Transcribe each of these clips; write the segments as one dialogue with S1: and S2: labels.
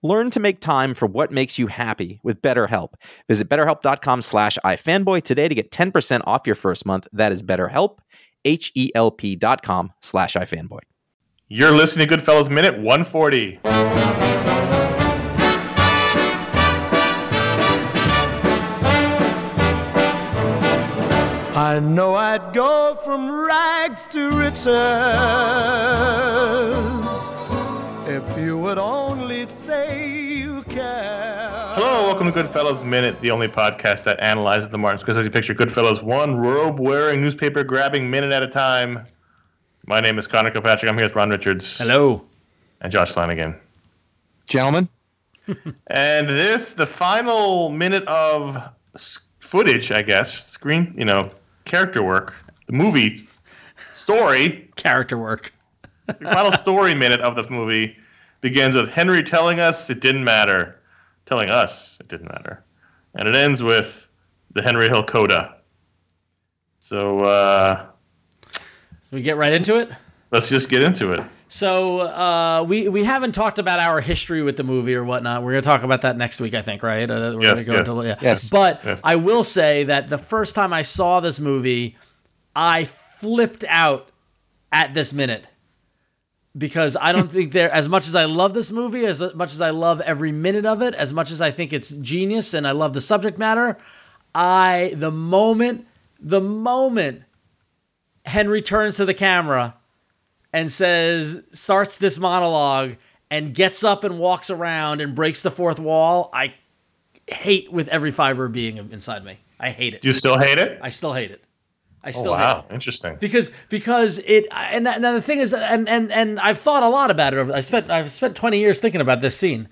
S1: Learn to make time for what makes you happy with BetterHelp. Visit betterhelp.com slash ifanboy today to get 10% off your first month. That is betterhelp, H-E-L-P dot com slash ifanboy.
S2: You're listening to Goodfellas Minute 140.
S3: I know I'd go from rags to riches if you would only say you care.
S2: Hello, welcome to Goodfellas Minute, the only podcast that analyzes the Martin Scorsese picture Goodfellas one robe wearing, newspaper grabbing minute at a time. My name is Connor Kilpatrick. I'm here with Ron Richards
S4: Hello.
S2: and Josh Flanagan.
S5: Gentlemen,
S2: And this, the final minute of s- footage, I guess, screen, you know, character work, the movie story.
S4: Character work.
S2: The final story minute of the movie begins with Henry telling us it didn't matter, telling us it didn't matter, and it ends with the Henry Hill coda. So uh,
S4: We get right into it.
S2: let's just get into it.
S4: So uh, we we haven't talked about our history with the movie or whatnot. We're gonna talk about that next week, I think, right? Uh, we're
S2: Yes,
S4: gonna
S2: yes,
S4: yeah.
S5: yes.
S4: But
S2: yes.
S4: I will say that the first time I saw this movie, I flipped out at this minute because I don't think there as much as I love this movie, as much as I love every minute of it, as much as I think it's genius and I love the subject matter, I the moment the moment Henry turns to the camera and says starts this monologue and gets up and walks around and breaks the fourth wall, I hate with every fiber of being inside me. I hate it.
S2: Do you still hate it?
S4: I still hate it. I still hate it
S2: Wow, interesting.
S4: because because it and, and the thing is and and and I've thought a lot about it over I spent I've spent 20 years thinking about this scene.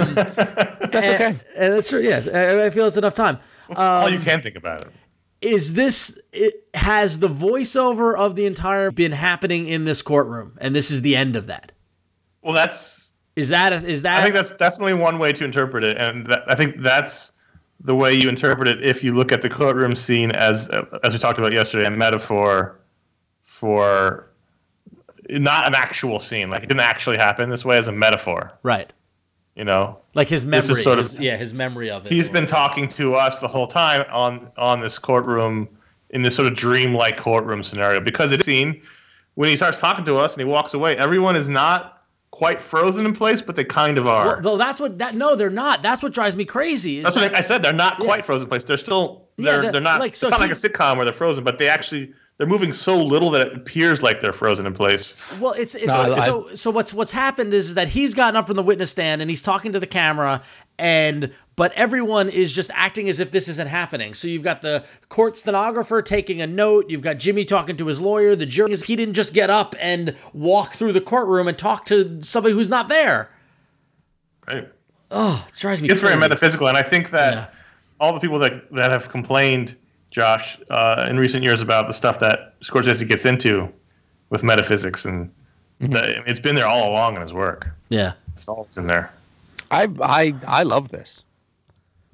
S4: Um That's okay. And, and that's true. Yes. I, I feel it's enough time.
S2: All you can think about it.
S4: Is this it, has the voiceover of the entire been happening in this courtroom and this is the end of that?
S2: Well, that's.
S4: Is that a, is that
S2: I think that's definitely one way to interpret it, and that, I think that's the way you interpret it if you look at the courtroom scene as as we talked about yesterday, a metaphor for not an actual scene. Like it didn't actually happen this way as a metaphor.
S4: right?
S2: You know,
S4: Like his memory.
S2: is sort of-
S4: his- yeah, his memory of it.
S2: he's been talking to us the whole time on on this courtroom in this sort of dreamlike courtroom scenario because it's seen when he starts talking to us and he walks away, everyone is not quite frozen in place, but they kind of are.
S4: Well, though that's what that no, they're not. That's what drives me crazy. Is
S2: That's what I I said. They're not quite frozen in place. They're still
S4: Yeah,
S2: they're
S4: they're-
S2: they're not.
S4: like, so
S2: it's not
S4: he-
S2: like a sitcom where they're frozen, but they actually they're moving so little that it appears like they're frozen in place.
S4: Well, it's, it's
S5: No,
S4: so,
S5: I-
S4: so so what's what's happened is that he's gotten up from the witness stand and he's talking to the camera and but everyone is just acting as if this isn't happening. So you've got the court stenographer taking a note, you've got Jimmy talking to his lawyer, the jury is he didn't just get up and walk through the courtroom and talk to somebody who's not there.
S2: Right.
S4: Oh, It drives me
S2: It's very
S4: crazy.
S2: metaphysical, and I think that
S4: Yeah.
S2: all the people that that have complained, Josh, uh, in recent years about the stuff that Scorsese gets into with metaphysics, and the, it's been there all along in his work.
S4: yeah.
S2: It's all it's in there.
S5: I Oh, I I love this.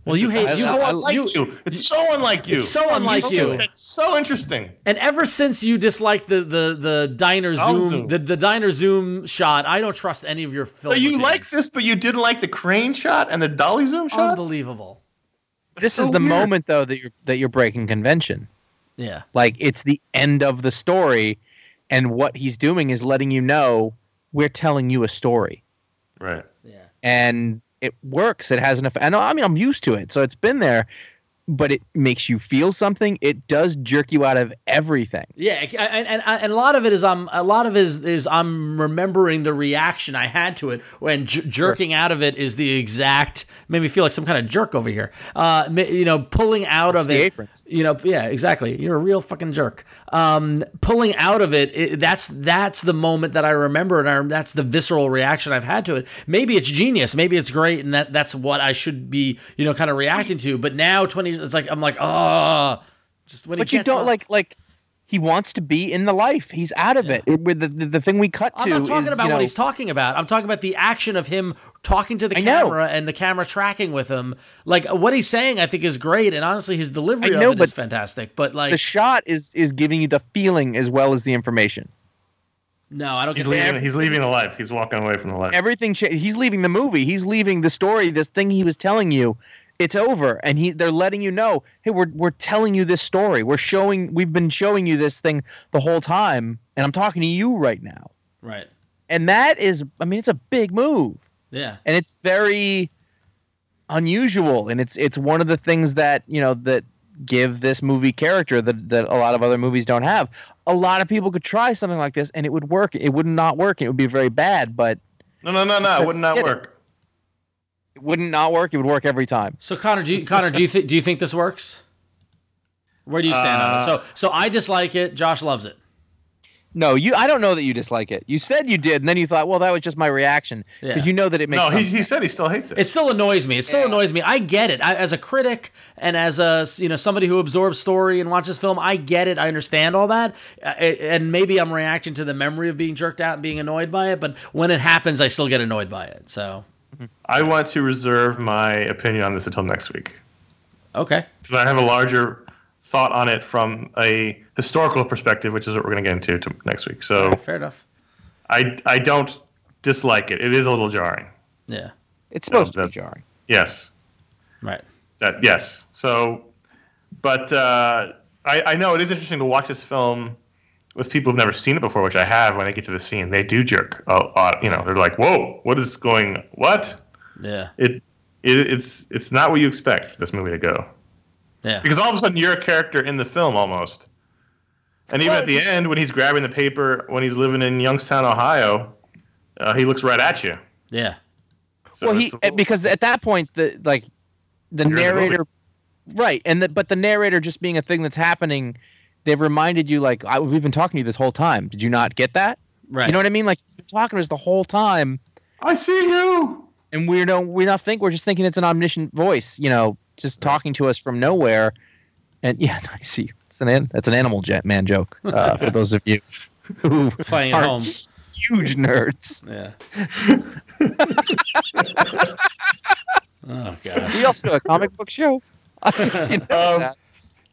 S4: Well, you hate
S2: It's
S1: I-
S4: you.
S2: so
S1: I-
S2: unlike
S4: you-
S2: you, It's so unlike you.
S4: It's so unlike you.
S2: It's so interesting.
S4: And ever since you disliked the the the diner
S2: I'll
S4: zoom,
S2: zoom.
S4: the the diner zoom shot, I don't trust any of your
S2: So
S4: films.
S2: you like this, but you didn't like the crane shot and the dolly zoom shot.
S4: Unbelievable.
S5: This
S2: so
S5: is the
S2: weird.
S5: moment though that you're that you're breaking convention.
S4: Yeah.
S5: Like it's the end of the story, and what he's doing is letting you know we're telling you a story,
S2: Right.
S4: Yeah.
S5: and it works. It has enough. I know. I mean, I'm used to it, so it's been there, but it makes you feel something. It does jerk you out of everything.
S4: Yeah, I- I- and, and and a lot of it is I'm a lot of it is, is I'm remembering the reaction I had to it when j- jerking out of it is the exact made me feel like some kind of jerk over here. Uh, ma- you know, pulling out
S5: It's
S4: of
S5: the
S4: it.
S5: aprons.
S4: You know, yeah, exactly. You're a real fucking jerk. Um, pulling out of it, it, that's that's the moment that I remember, and I, that's the visceral reaction I've had to it. Maybe it's genius, maybe it's great, and that that's what I should be, you know, kind of reacting to. But now twenty, it's like I'm like, oh, just when he
S5: But you
S4: gets
S5: don't
S4: up-
S5: like like. He wants to be in the life. He's out of it. With the, the, the thing we cut
S4: I'm
S5: to.
S4: not talking
S5: is,
S4: about
S5: you know,
S4: what he's talking about. I'm talking about the action of him talking to the
S5: I know.
S4: camera and the camera tracking with him. Like what he's saying, I think is great, and honestly, his delivery
S5: I know,
S4: of it
S5: but
S4: is fantastic. But like,
S5: the shot is is giving you the feeling as well as the information.
S4: no, I don't
S2: He's
S4: get
S2: leaving.
S4: that.
S2: He's leaving the life. He's walking away from the life.
S5: Everything cha- he's leaving the movie, he's leaving the story, this thing he was telling you, it's over and he they're letting you know, hey, we're we're telling you this story. We're showing we've been showing you this thing the whole time and I'm talking to you right now.
S4: right.
S5: And that is I mean it's a big move
S4: Yeah,
S5: and it's very unusual and it's it's one of the things that, you know, that give this movie character that that a lot of other movies don't have. A lot of people could try something like this and it would work. It would not work. It would be very bad, but
S2: no, no, no, no. It would not
S5: Let's get it.
S2: work.
S5: it wouldn't not work. It would work every time.
S4: So Connor, do you, Connor, do you thi- do you think this works? Where do you stand
S5: Uh,
S4: on it? So so I dislike it. Josh loves it.
S5: No, you. I don't know that you dislike it. You said you did, and then you thought, well, that was just my reaction
S4: Yeah.
S5: because you know that it makes.
S2: No, he,
S5: some-
S2: he said he still hates it.
S4: It still annoys me. It still annoys me. I get it. I, as a critic and as a you know somebody who absorbs story and watches film, I get it. I understand all that. Uh, And maybe I'm reacting to the memory of being jerked out and being annoyed by it. But when it happens, I still get annoyed by it. So
S2: I want to reserve my opinion on this until next week
S4: okay,
S2: because I have a larger thought on it from a historical perspective, which is what we're going to get into to next week. So
S4: fair enough.
S2: I I don't dislike it. It is a little jarring.
S4: Yeah,
S5: it's supposed
S2: No,
S5: to be
S2: that's-
S5: jarring.
S2: Yes,
S4: right.
S2: that yes. So, but uh, I I know it is interesting to watch this film with people who've never seen it before, which I have. When I get to the scene, they do jerk. Oh, uh, you know, they're like, "Whoa, what is going? What?"
S4: Yeah,
S2: It, it it's it's not what you expect for this movie to go.
S4: yeah.
S2: because all of a sudden you're a character in the film almost. And even at the end, when he's grabbing the paper, when he's living in Youngstown, Ohio, uh, he looks right at you.
S4: Yeah.
S2: So
S5: well, he eh,
S2: it's a little-
S5: because at that point the like the
S2: You're in the movie.
S5: narrator, right? And the, but the narrator just being a thing that's happening, they've reminded you like I, we've been talking to you this whole time. Did you not get that?
S4: Right.
S5: You know what I mean? Like he's been talking to us the whole time,
S2: I see you.
S5: and we don't we not think we're just thinking it's an omniscient voice. You know, just talking to us from nowhere. And yeah, I see. It's an an- that's an animal jet man joke uh, for those of you who
S4: Playing at
S5: aren't
S4: home.
S5: huge nerds.
S4: Yeah. oh god.
S5: We also do a comic book show. You
S2: Um,
S5: know that.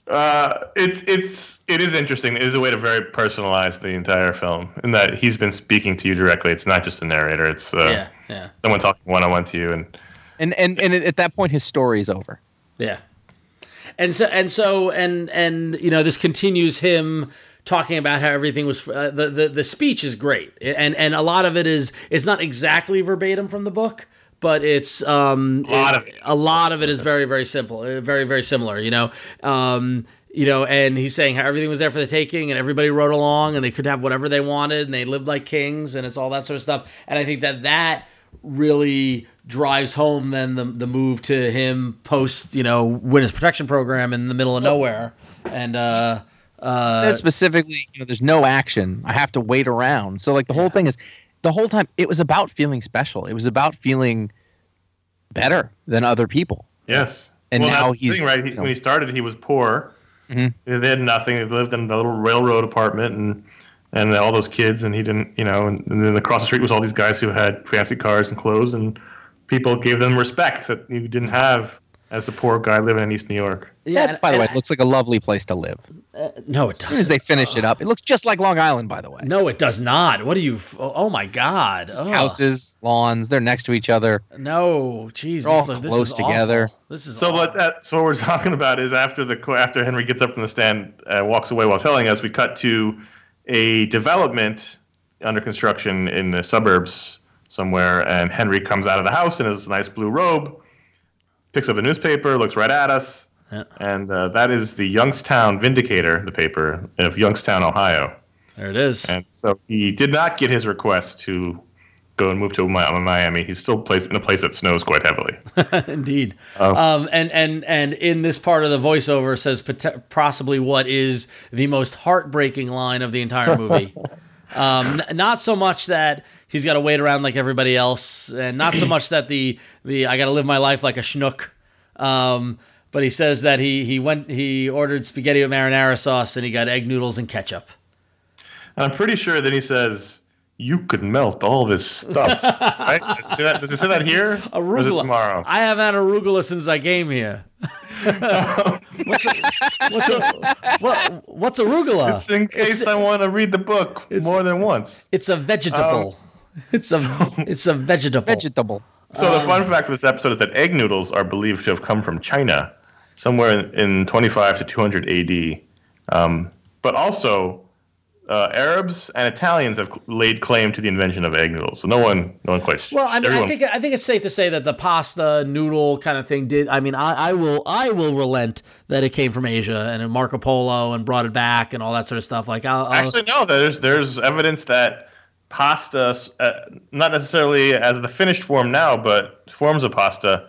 S2: Uh, it's it's it is interesting. It is a way to very personalize the entire film in that he's been speaking to you directly. It's not just a narrator. It's uh,
S4: Yeah. Yeah.
S2: someone talking one on one to you. And
S5: and, and and at that point, his story is over.
S4: Yeah. And so and so and and you know this continues him talking about how everything was uh, the, the the speech is great and and a lot of it is it's not exactly verbatim from the book but it's um a
S2: lot of it.
S4: a lot of it is very very simple uh, very very similar you know um you know and he's saying how everything was there for the taking and everybody rode along and they could have whatever they wanted and they lived like kings and it's all that sort of stuff and i think that that really drives home then the, the move to him post you know witness protection program in the middle of nowhere and uh
S5: It says specifically, you know, there's no action. I have to wait around. So like the whole thing is, the whole time it was about feeling special. It was about feeling better than other people.
S2: yes,
S5: And
S2: well,
S5: now
S2: that's the
S5: he's,
S2: thing, right. He,
S5: you know-
S2: when he started, he was poor.
S5: Mhm.
S2: They had nothing. They lived in the little railroad apartment and and all those kids. And he didn't, you know. And, and then across the street was all these guys who had fancy cars and clothes, and people gave them respect that you didn't have as the poor guy living in East New York.
S4: Yeah,
S5: that,
S4: and-
S5: by the way,
S4: and
S5: it looks like a lovely place to live.
S4: I- no, it
S5: As soon as
S4: doesn't.
S5: they finish it up, it looks just like Long Island, by the way.
S4: No, it does not. What do you? f- Oh oh my God! Ugh.
S5: Houses, lawns, they're next to each other.
S4: No, jeez,
S5: They're all
S4: this, this
S5: close
S4: is awful.
S5: together.
S4: This is
S2: So
S4: awful.
S2: what that so what we're talking about is after the co- after Henry gets up from the stand uh, walks away while telling us, we cut to a development under construction in the suburbs somewhere, and Henry comes out of the house in his nice blue robe, picks up a newspaper, looks right at us,
S4: Yeah.
S2: and uh, that is the Youngstown Vindicator, the paper of Youngstown, Ohio.
S4: there it is.
S2: And so he did not get his request to go and move to Mi- Miami. He's still placed in a place that snows quite heavily.
S4: Indeed. Um, and and and in this part of the voiceover says pot- possibly what is the most heartbreaking line of the entire movie. um, n- not so much that he's got to wait around like everybody else, and not so much that the the I got to live my life like a schnook. Um, but he says that he he went he ordered spaghetti with marinara sauce and he got egg noodles and ketchup.
S2: And I'm pretty sure that he says, "You could melt all this stuff." right? Does he say that, does he say that here? Or is it
S4: Arugula.
S2: tomorrow.
S4: I haven't had arugula since I came here. what's, a, what's, a, what, what's arugula?
S2: Just in case I want to read the book more than once.
S4: It's a vegetable.
S2: Oh.
S4: it's a it's a vegetable.
S5: Vegetable.
S2: So
S4: Um,
S2: the fun fact of this episode is that egg noodles are believed to have come from China, somewhere in, in 25 to 200 AD. Um, but also, uh, Arabs and Italians have cl- laid claim to the invention of egg noodles. So no one, no one quite.
S4: well, I mean, I
S2: everyone-
S4: think I think it's safe to say that the pasta noodle kind of thing did. I mean, I, I will I will relent that it came from Asia and Marco Polo and brought it back and all that sort of stuff. Like, I'll, I'll,
S2: Actually, no. There's there's evidence that pasta, uh, not necessarily as the finished form now, but forms of pasta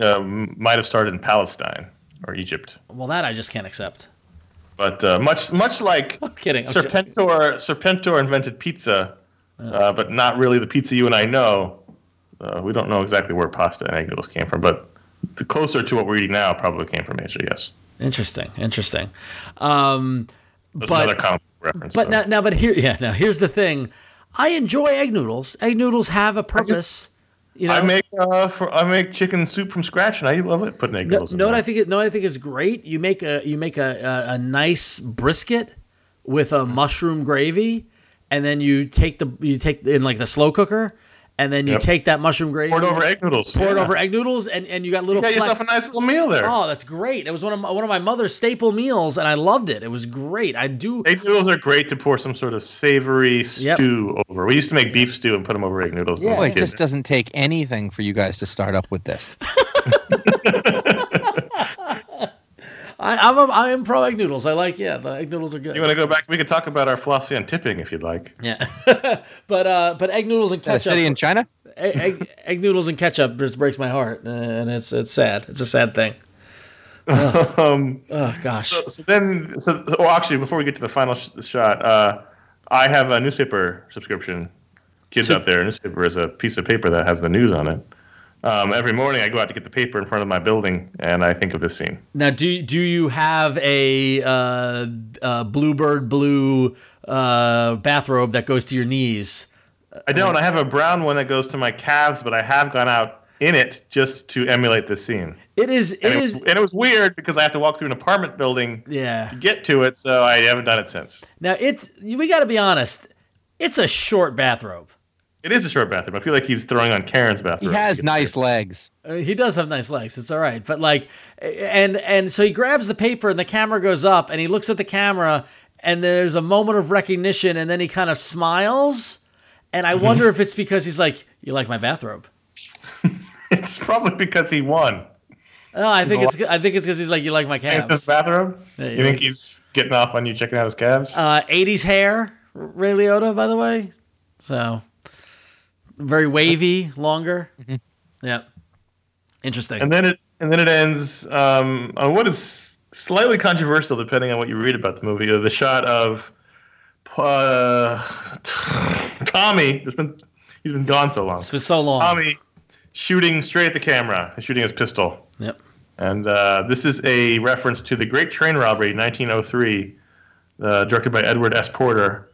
S2: um, might have started in Palestine or Egypt.
S4: well, that I just can't accept.
S2: But uh, much much like
S4: I'm kidding. I'm joking.
S2: Serpentor, Serpentor invented pizza, uh, but not really the pizza you and I know. Uh, we don't know exactly where pasta and egg noodles came from, but the closer to what we're eating now probably came from Asia. Yes,
S4: Interesting, interesting. Um,
S2: that's
S4: But-
S2: another common reference.
S4: but
S2: so.
S4: now, now, but here, yeah. Now, here's the thing. I enjoy egg noodles. Egg noodles have a purpose. You know,
S2: I make uh, for, I make chicken soup from scratch, and I love it. Putting egg
S4: No,
S2: noodles. in
S4: know what
S2: there.
S4: I think? No, I think is great. You make a you make a, a, a nice brisket with
S2: Mm-hmm.
S4: a mushroom gravy, and then you take the you take in like the slow cooker, and then you
S2: Yep.
S4: take that mushroom gravy,
S2: poured over egg noodles.
S4: pour it
S2: Yeah.
S4: over egg noodles, and and you got little.
S2: You got
S4: fleck-
S2: yourself a nice little meal there.
S4: oh, that's great! It was one of my, one of my mother's staple meals, and I loved it. It was great. I do.
S2: Egg noodles are great to pour some sort of savory
S4: Yep.
S2: stew over. We used to make beef stew and put them over egg noodles.
S4: Yeah.
S2: as a
S5: Boy, it
S2: kid.
S5: just doesn't take anything for you guys to start up with this.
S4: I, I'm a, I am pro egg noodles. I like yeah, the egg noodles are good.
S2: you want to go back? We could talk about our philosophy on tipping if you'd like.
S4: yeah, but uh, but egg noodles and
S5: At a
S4: ketchup.
S5: city in China?
S4: egg, egg, egg noodles and ketchup just breaks my heart, and it's it's sad. It's a sad thing.
S2: Um,
S4: Oh gosh.
S2: so, so then, so, so- well, actually, before we get to the final sh- shot, uh, I have a newspaper subscription. Kids
S4: So-
S2: out there, a newspaper is a piece of paper that has the news on it. Um, every morning, I go out to get the paper in front of my building, and I think of this scene.
S4: Now, do do you have a uh, uh, bluebird blue uh, bathrobe that goes to your knees?
S2: I don't. I have a brown one that goes to my calves, but I have gone out in it just to emulate this scene.
S4: It is. It
S2: And it,
S4: is.
S2: and it was weird because I have to walk through an apartment building
S4: Yeah.
S2: to get to it, so I haven't done it since.
S4: Now it's. We got to be honest. It's a short bathrobe.
S2: It is a short bathroom. I feel like he's throwing on Karen's
S5: He
S2: bathroom.
S5: has nice legs.
S4: I mean, he does have nice legs. It's all right, but like, and and so he grabs the paper, and the camera goes up, and he looks at the camera, and there's a moment of recognition, and then he kind of smiles, and I wonder if it's because he's like, "You like my bathrobe."
S2: It's probably because he won.
S4: No, I think it's. I think it's because he's like, "You like my
S2: He's in his
S4: calves."
S2: bathroom.
S4: Yeah,
S2: you think he's getting off on you checking out his calves?
S4: Uh, 80s hair, Ray Liotta, by the way. So very wavy, longer. Yeah. Interesting.
S2: Mm-hmm. and then it and then it ends um, on what is slightly controversial, depending on what you read about the movie. uh, The shot of uh, Tommy. There's been he's been gone so long.
S4: it's been so long.
S2: Tommy shooting straight at the camera, shooting his pistol.
S4: yep.
S2: And uh, this is a reference to the Great Train Robbery, 1903, uh, directed by Edward S. Porter.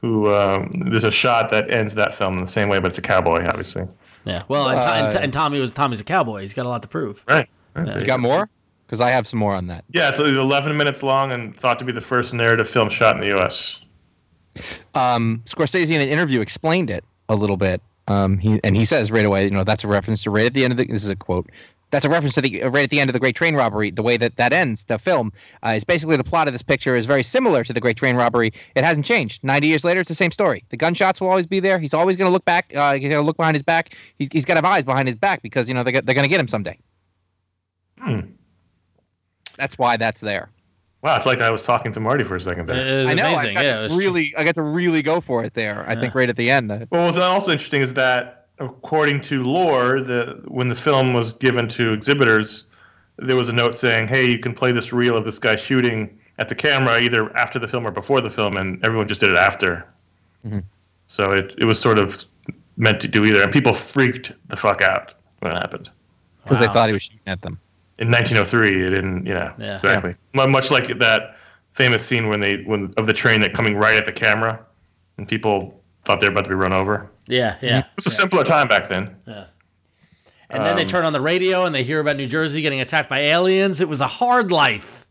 S2: Who um, there's a shot that ends that film in the same way, but it's a cowboy, obviously. Uh,
S4: Yeah. Well, and, To- and, To- and Tommy was Tommy's a cowboy. He's got a lot to prove.
S2: Right.
S5: You got more? Because I have some more on that.
S2: Yeah, so it was 11 minutes long and thought to be the first narrative film shot in the U.S.
S5: um, Scorsese in an interview explained it a little bit. Um, he and he says right away, you know, that's a reference to right at the end of the. This is a quote. That's a reference to the right at the end of the Great Train Robbery. The way that that ends, the film uh, is basically the plot of this picture is very similar to the Great Train Robbery. It hasn't changed. Ninety years later, it's the same story. The gunshots will always be there. He's always going to look back. Uh, he's going to look behind his back. He's, he's got to have eyes behind his back because you know they're, go- they're going to get him someday.
S2: Hmm.
S5: That's why that's there.
S2: Wow, it's like I was talking to Marty for a second
S4: It
S2: there.
S4: is
S5: I know.
S4: amazing.
S5: I got
S4: yeah, it
S5: to
S4: was
S5: really, I got to really go for it there. I think right at the end. Uh,
S2: Well, what's also interesting is that, according to lore, the when the film was given to exhibitors, there was a note saying, "Hey, you can play this reel of this guy shooting at the camera either after the film or before the film," and everyone just did it after. So it it was sort of meant to do either, and people freaked the fuck out when it happened.
S5: because they
S4: Wow.
S5: thought he was shooting at them.
S2: in 1903 it didn't you know
S4: Yeah.
S2: exactly Mu much like that famous scene when they when of the train that coming right at the camera and people thought they were about to be run over
S4: Yeah, yeah.
S2: it was a simpler time back then
S4: And then they turn on the radio and they hear about New Jersey getting attacked by aliens. It was a hard life.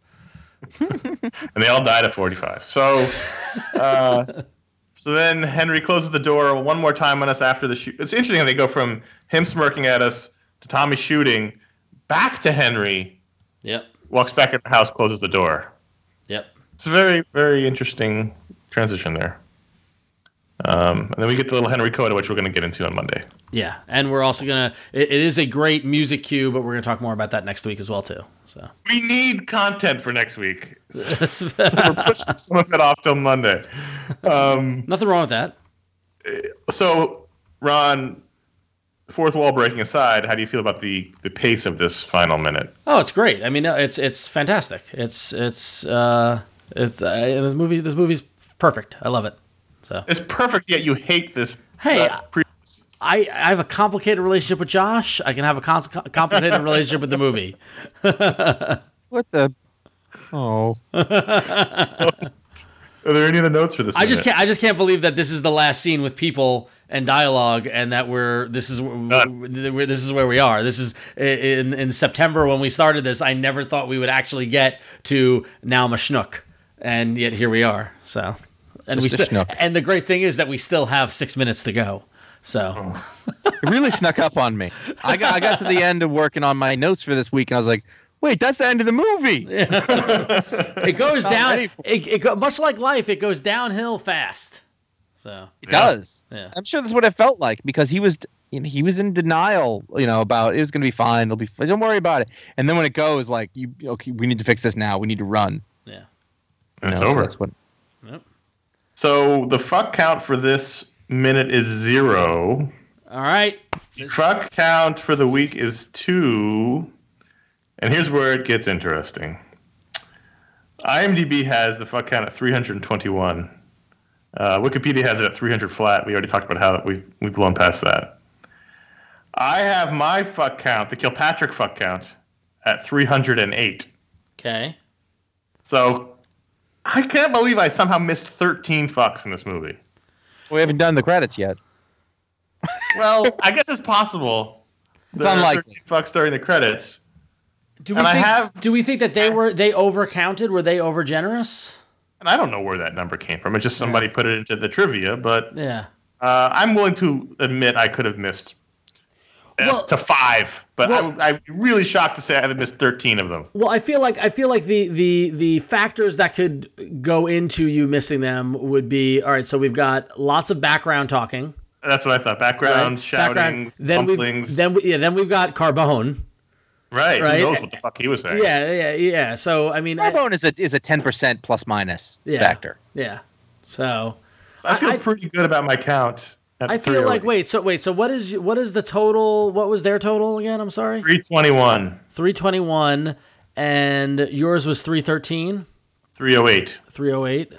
S2: and they all died at 45 so uh, so then henry closes the door one more time on us after the shoot it's interesting how they go from him smirking at us to tommy shooting back to henry
S4: Yep.
S2: walks back at the house closes the door
S4: Yep.
S2: It's a very, very interesting transition there. Um, and then we get the little Henry Coda, which we're going to get into on Monday.
S4: Yeah. And we're also gonna. It, it is a great music cue, but we're gonna talk more about that next week as well too. So.
S2: We need content for next week. We're pushing some of it off till Monday. Um,
S4: Nothing wrong with that.
S2: so, Ron, fourth wall breaking aside, how do you feel about the, the pace of this final minute?
S4: Oh, it's great. I mean, no, it's it's fantastic. It's it's uh, it's uh, and this movie. This movie's perfect. I love it. So
S2: It's perfect, yet you hate this.
S4: Hey,
S2: that
S4: I-
S2: pre-
S4: I I have a complicated relationship with Josh. I can have a cons- complicated relationship with the movie.
S5: What the? Oh,
S2: are there any other notes for this?
S4: I just
S2: minute?
S4: can't. I just can't believe that this is the last scene with people and dialogue, and that we're this is w-
S5: Uh.
S4: w- we're- this is where we are. This is i- in in September when we started this. I never thought we would actually get to now I'm a schnook, and yet here we are. So, and
S5: Just
S4: we
S5: a
S4: still
S5: schnook.
S4: and the great thing is that we still have six minutes to go.
S5: Oh.
S4: So
S5: it really snuck up on me. I got I got to the end of working on my notes for this week, and I was like, "Wait, that's the end of the movie."
S4: it goes down.
S5: ready
S4: It,
S5: for
S4: it go, much like life, it goes downhill fast. So
S5: It does.
S4: Yeah.
S5: I'm sure that's what it felt like because he was you know, he was in denial, you know, about it was going to be fine. It'll be f- don't worry about it. And then when it goes, like, you okay, we need to fix this now. We need to run.
S4: yeah,
S2: And it's
S5: You know, so
S2: over.
S5: That's what.
S2: so, the fuck count for this minute is zero.
S4: all right.
S2: Truck count for the week is two. And here's where it gets interesting. IMDb has the fuck count at 321. Uh, Wikipedia has it at 300 flat. We already talked about how we've, we've blown past that. I have my fuck count, the Kilpatrick fuck count, at 308.
S4: Okay.
S2: So I can't believe I somehow missed 13 fucks in this movie.
S5: We haven't done the credits yet.
S2: Well, I guess it's possible. It's
S5: unlikely.
S2: Fucks during the credits.
S4: Do we
S2: And I
S4: think,
S2: have-
S4: do we think that they were they overcounted? Were they overgenerous?
S2: and I don't know where that number came from. It's just somebody put it into the trivia, but
S4: Yeah.
S2: uh, I'm willing to admit I could have missed uh,
S4: Well-
S2: to five. But
S4: well-
S2: I, I'm really shocked to say I had missed 13 of them.
S4: Well, I feel like I feel like the the the factors that could go into you missing them would be all right. So we've got lots of background talking,
S2: That's what I thought. Background,
S4: background.
S2: shoutings,
S4: Then we
S2: rumblings.
S4: then we, yeah then we've got Carbone.
S2: right.
S4: right.
S2: Who knows what the fuck he was saying?
S4: Yeah, yeah, yeah. So I mean, I-
S5: Carbone is a is a ten percent plus minus
S4: Yeah.
S5: factor.
S4: yeah. So
S2: I feel
S4: I- I-
S2: pretty good about my count. at
S4: I feel
S2: 308.
S4: like wait. So wait. So what is what is the total? What was their total again? I'm sorry.
S2: 321,
S4: Three twenty one, and yours was three thirteen.
S2: 308.
S4: 308.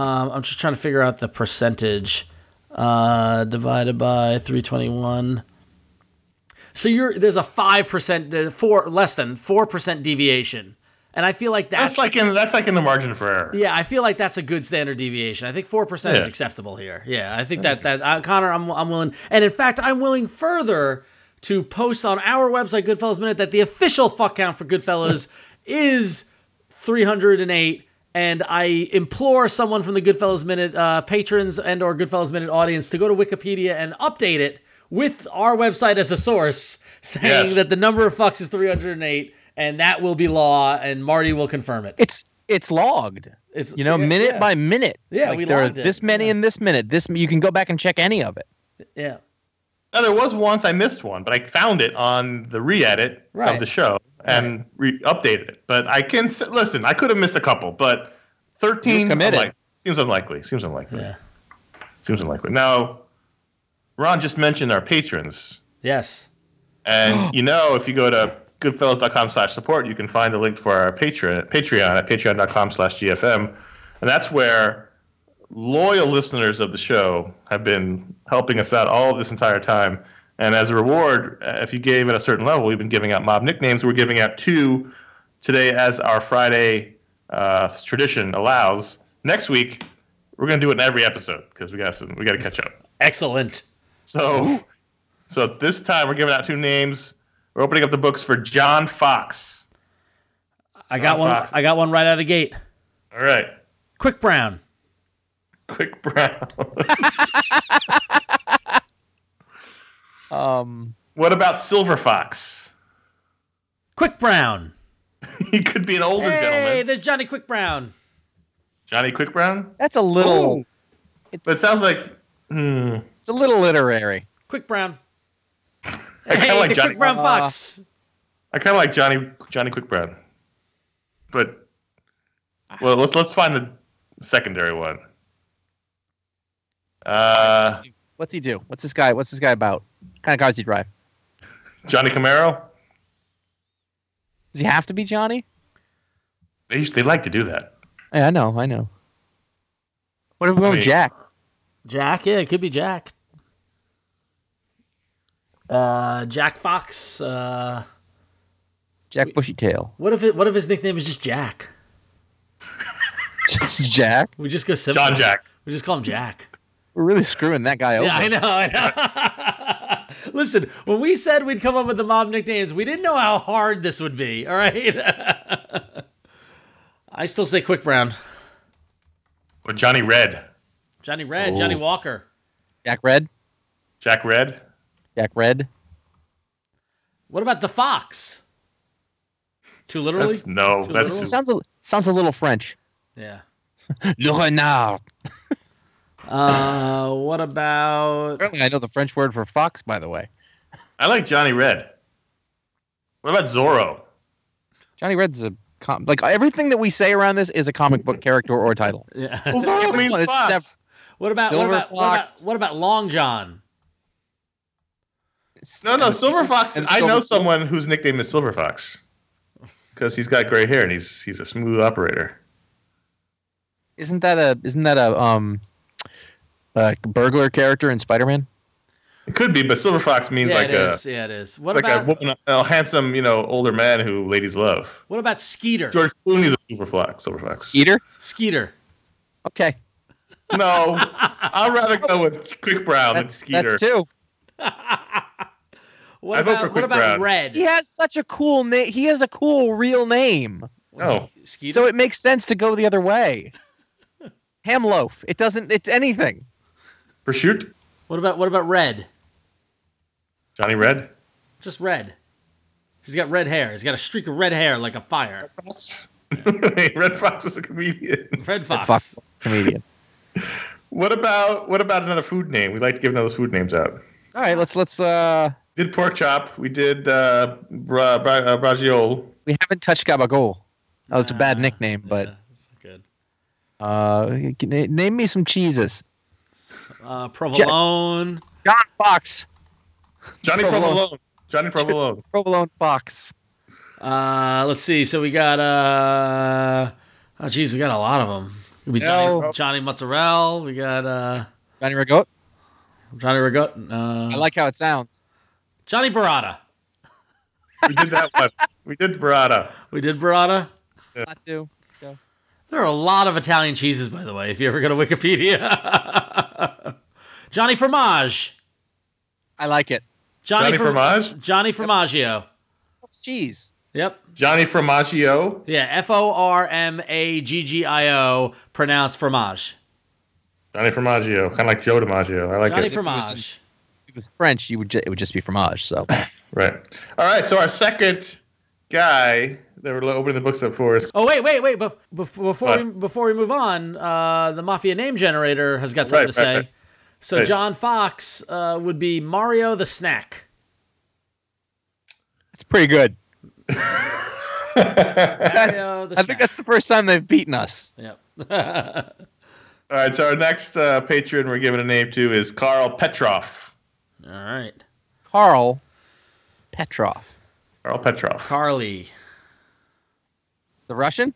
S4: Um, I'm just trying to figure out the percentage uh, divided by 321. So you're there's a five percent, four less than four percent deviation, and I feel like that's,
S2: That's like in that's like in the margin for error.
S4: yeah, I feel like that's a good standard deviation. I think four percent is
S2: Yeah.
S4: acceptable here. Yeah, I think that that uh, Connor, I'm I'm willing, and in fact, I'm willing further to post on our website, Goodfellas Minute, that the official fuck count for Goodfellas is 308. And I implore someone from the Goodfellas Minute uh, patrons and or Goodfellas Minute audience to go to Wikipedia and update it with our website as a source, saying
S2: Yes.
S4: that the number of fucks is 308, and that will be law, and Marty will confirm it.
S5: It's it's logged.
S4: It's
S5: You know,
S4: yeah,
S5: minute
S4: yeah,
S5: by minute.
S4: Yeah,
S5: like
S4: we
S5: there are
S4: logged it.
S5: this many
S4: Yeah.
S5: in this minute. This you can go back and check any of it.
S4: yeah.
S2: No, there was once I missed one, but I found it on the re-edit
S4: Right.
S2: of the show and re- updated it. But I can s- listen. I could have missed a couple, but
S5: You're
S2: thirteen
S5: committed.
S2: unlike- seems unlikely. Seems unlikely.
S4: Yeah.
S2: Seems unlikely. Now, Ron just mentioned our patrons,
S4: Yes.
S2: and you know if you go to goodfellas.com/support, you can find a link for our Patreon, Patreon at patreon.com/gfm, and that's where loyal listeners of the show have been helping us out all this entire time. And as a reward, uh, if you gave at a certain level, we've been giving out mob nicknames. We're giving out two today, as our Friday uh, tradition allows. Next week, we're going to do it in every episode because we got some, we got to catch up.
S4: Excellent.
S2: So, so this time we're giving out two names. We're opening up the books for John Fox.
S4: I got
S2: John
S4: one.
S2: Fox.
S4: I got one right out of the gate.
S2: All right,
S4: Quick Brown.
S2: Quick Brown.
S5: Um,
S2: what about Silver Fox?
S4: Quick Brown.
S2: He could be an older
S4: Hey,
S2: gentleman.
S4: there's Johnny Quick Brown.
S2: Johnny Quick Brown.
S5: that's a little.
S2: But it sounds like hmm,
S5: It's a little literary.
S4: Quick Brown.
S2: I kind of
S4: Hey,
S2: like
S4: the
S2: Johnny.
S4: Quick Brown
S5: Uh,
S4: Fox.
S2: I kind of like Johnny Johnny Quick Brown. But well, let's let's find the secondary one. Uh,
S5: What's he do? What's this guy? What's this guy about? What kind of cars he drive?
S2: Johnny Camaro.
S5: Does he have to be Johnny?
S2: They used- they like to do that.
S5: Yeah, I know, I know. What if we go with
S2: Wait.
S5: Jack?
S4: Jack. Yeah, it could be Jack. Uh, Jack Fox. Uh,
S5: Jack Bushy Tail.
S4: what if it? What if his nickname is just Jack?
S5: Just Jack?
S4: We just go simple.
S2: John Jack.
S4: We just call him Jack.
S5: We're really screwing that guy over.
S4: Yeah, I know. I know. Listen, when we said we'd come up with the mob nicknames, we didn't know how hard this would be. All right. I still say Quick Brown,
S2: Or Johnny Red.
S4: Johnny Red, Johnny
S2: Oh.
S4: Walker,
S5: Jack Red?
S2: Jack Red.
S5: Jack Red?
S4: What about the fox? Too literally?
S2: That's, no,
S4: Just
S2: that's
S4: little?
S5: Sounds a, sounds a little French.
S4: yeah.
S5: Le Renard.
S4: Uh, what about
S5: Apparently I know the French word for fox, by the way.
S2: I like Johnny Red. What about Zorro?
S5: Johnny Red's a com- like everything that we say around this is a comic book character or title.
S4: yeah.
S2: Well, Zorro
S5: Everyone
S2: means
S5: is
S2: Fox.
S5: sev-
S4: what about what
S5: Silver
S4: about, what
S5: fox.
S4: about what about Long John?
S2: No, no, Silver Fox.
S5: and
S2: I know
S5: Silver-
S2: someone whose nickname is Silver Fox because he's got gray hair and he's he's a smooth operator.
S5: Isn't that a isn't that a um a burglar character in Spider Man?
S2: It could be, but Silver Fox means
S4: yeah,
S2: like
S4: it
S2: a
S4: is. Yeah, it is. What
S2: like a,
S4: about
S2: woman, a handsome, you know, older man who ladies love.
S4: what about Skeeter?
S2: George Clooney's a Silver Fox. Silver Fox.
S5: Eater?
S4: Skeeter.
S5: Okay.
S2: No, I'd rather go with Quick Brown than
S5: That's,
S2: Skeeter.
S5: that's two.
S4: What
S2: I vote
S4: about
S2: for
S4: what
S2: Quick
S4: about
S2: Brown.
S4: Red?
S5: He has such a cool name. He has a cool real name.
S2: No.
S4: Skeeter.
S5: So it makes sense to go the other way. Ham loaf. It doesn't. It's anything.
S2: Prosciutto.
S4: What about what about red?
S2: Johnny Red.
S4: Just red. He's got red hair. He's got a streak of red hair like a fire.
S2: Red Fox was a comedian.
S4: Red Fox.
S5: Fox comedian.
S2: What about what about another food name? We like to give those food names out.
S5: All right. Let's let's. uh
S2: Did pork chop? We did uh, bra, bra, uh, braciole.
S5: We haven't touched Gabagool. Oh, it's a bad
S4: Nah,
S5: nickname, but
S4: Yeah, that's good.
S5: uh, can- name me some cheeses.
S4: Uh, provolone.
S5: John Fox,
S2: Johnny
S5: Provolone.
S2: provolone. Johnny provolone.
S5: provolone fox.
S4: Uh, let's see. So we got uh, oh geez, we got a lot of them. We
S5: No.
S4: Johnny, Johnny Mozzarella. We got uh,
S5: Johnny Rigote.
S4: Johnny Rigot. Uh,
S5: I like how it sounds.
S4: Johnny Barada.
S2: We did that one. We did burrata.
S4: We did Barada.
S5: Not to.
S4: There are a lot of Italian cheeses, by the way. If you ever go to Wikipedia, Johnny Fromage.
S5: I like it.
S2: Johnny
S4: Fro-
S2: Fromage?
S4: Johnny Formaggio.
S5: Oh, Jeez.
S4: Yep.
S2: Johnny Formaggio.
S4: Yeah. F O R M A G G I O, pronounced fromage.
S2: Johnny Formaggio, kind of like Joe DiMaggio. I like
S4: Johnny
S2: it.
S4: fromage.
S5: If it was French, you would ju- it would just be fromage. So
S2: right. All right. So our second guy that we're opening the books up for is
S4: Oh wait, wait, wait! Bef- bef- before
S2: What?
S4: we, before we move on, uh, the mafia name generator has got something
S2: Right,
S4: to
S2: right,
S4: say.
S2: right.
S4: So
S2: Right.
S4: John Fox uh, would be Mario the snack.
S5: it's pretty good.
S4: Mario the
S5: I
S4: snack.
S5: think that's the first time they've beaten us.
S4: Yep.
S2: all right. So our next uh, patron we're giving a name to is Carl Petrov.
S4: All right,
S5: Carl Petrov,
S2: Carl Petrov.
S4: Carly.
S5: the Russian.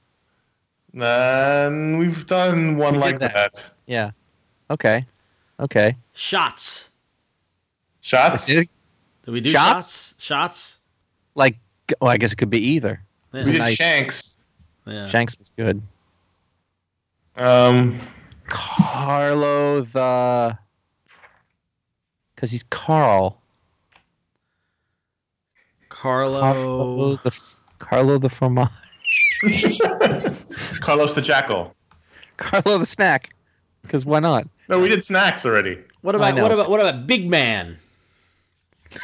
S2: And we've done one
S5: did
S2: like
S5: that.
S2: that.
S5: Yeah. Okay. Okay.
S4: Shots.
S2: Shots.
S5: Did-
S4: Did we do
S5: Shots?
S4: shots? Shots.
S5: Like, well, I guess it could be either.
S4: Yeah.
S2: We did
S5: Nice.
S2: Shanks.
S4: Yeah.
S5: Shanks was good.
S2: Um,
S5: Carlo the, because he's Carl. Carlo Oh.
S4: Carlo.
S5: the Carlo the fromage.
S2: Carlos the Jackal.
S5: Carlo the snack. Because why not?
S2: No, we did snacks already.
S4: What
S5: I
S4: about
S5: know.
S4: what about what about Big Man?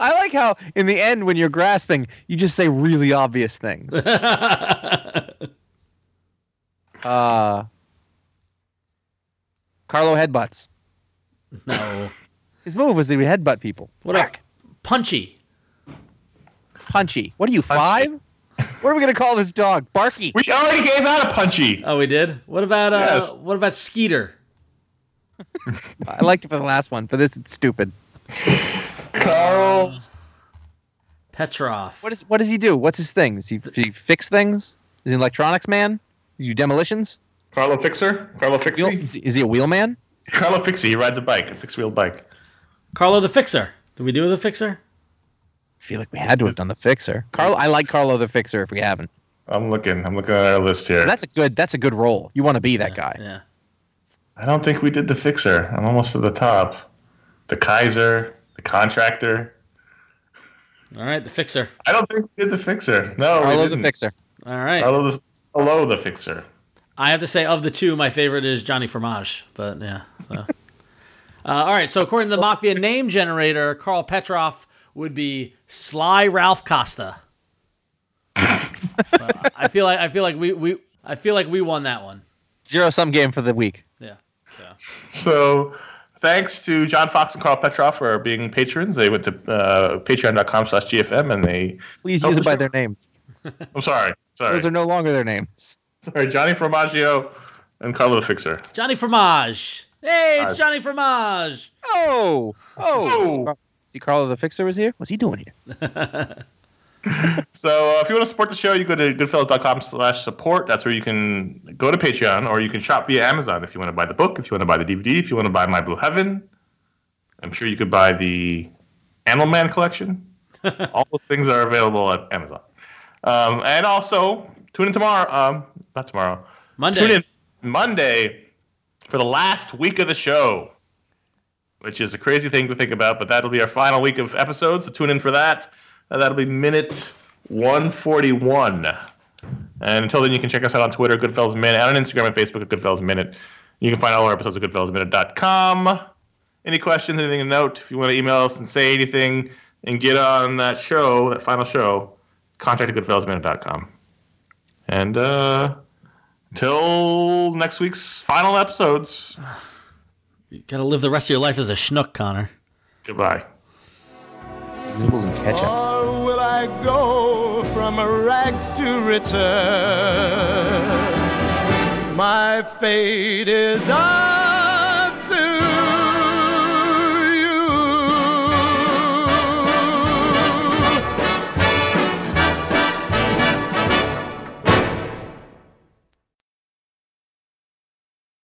S5: I like how in the end when you're grasping, you just say really obvious things. uh, Carlo headbutts.
S4: no.
S5: His move was that he would headbutt people.
S4: What about Punchy?
S5: Punchy. What are you five? what are we gonna call this dog? Barky.
S2: We already gave out a punchy.
S4: Oh, we did. What about uh?
S2: Yes.
S4: What about Skeeter?
S5: I liked it for the last one. For this, it's stupid.
S2: Carl.
S4: Petrov.
S5: What is? What does he do? What's his thing? Does he, does he fix things? Is he an electronics man? Is he demolitions?
S2: Carlo Fixer. Carlo
S5: Wheel-
S2: Fixie.
S5: is he- is he a wheelman?
S2: Carlo Fixie. He rides a bike, a fixed wheel bike.
S4: Carlo the Fixer? Did we do the Fixer?
S5: I feel like we had to have done the fixer. Carlo, I like Carlo the fixer. If we haven't,
S2: I'm looking. I'm looking at our list here.
S5: that's a good. That's a good role. You want to be that guy.
S4: Yeah.
S2: I don't think we did the fixer. I'm almost to the top. The Kaiser, the contractor.
S4: All right, the Fixer.
S2: I don't think we did the fixer. No, we
S5: Carlo the
S2: didn't.
S5: fixer.
S4: All right.
S2: Carlo the hello the fixer.
S4: I have to say, of the two, my favorite is Johnny Fromage. But yeah. So. uh, all right. So according to the Mafia name generator, Carl Petrov would be Sly Ralph Costa. So, I feel like I feel like we, we I feel like we won that one.
S5: Zero sum game for the week.
S4: Yeah.
S2: So thanks to John Fox and Carl Petrov for being patrons. They went to uh, patreon.com slash GFM and they
S5: Please
S2: Oh,
S5: use it
S2: for
S5: by
S2: sure.
S5: their names.
S2: I'm sorry. Sorry.
S5: Those are no longer their names.
S2: sorry. Johnny Formaggio and Carlo the Fixer.
S4: Johnny Fromage. Hey, it's
S2: Nice.
S4: Johnny Fromage.
S5: Oh, oh.
S2: Oh.
S5: See, Carlo the fixer was here. What's he doing here?
S2: So uh, if you want to support the show, you go to goodfellas.com slash support. That's where you can go to Patreon or you can shop via Amazon if you want to buy the book, if you want to buy the DVD, if you want to buy My Blue Heaven. I'm sure you could buy the Animal Man collection. All the things are available at Amazon. Um, and also, tune in tomorrow. Um, not tomorrow.
S4: Monday.
S2: Tune in Monday for the last week of the show, which is a crazy thing to think about, but that'll be our final week of episodes. So tune in for that. Uh, that'll be minute 141. And until then, you can check us out on Twitter, Goodfellas Minute, and on Instagram and Facebook at Goodfellas Minute. You can find all our episodes at goodfellasminute.com. Any questions, anything to note, if you want to email us and say anything and get on that show, that final show, contact at goodfellasminute.com. And, uh, Till next week's final episodes.
S4: You gotta live the rest of your life as a schnook, Connor.
S2: Goodbye.
S5: Noodles and ketchup.
S3: Or will I go from rags to riches? My fate is on.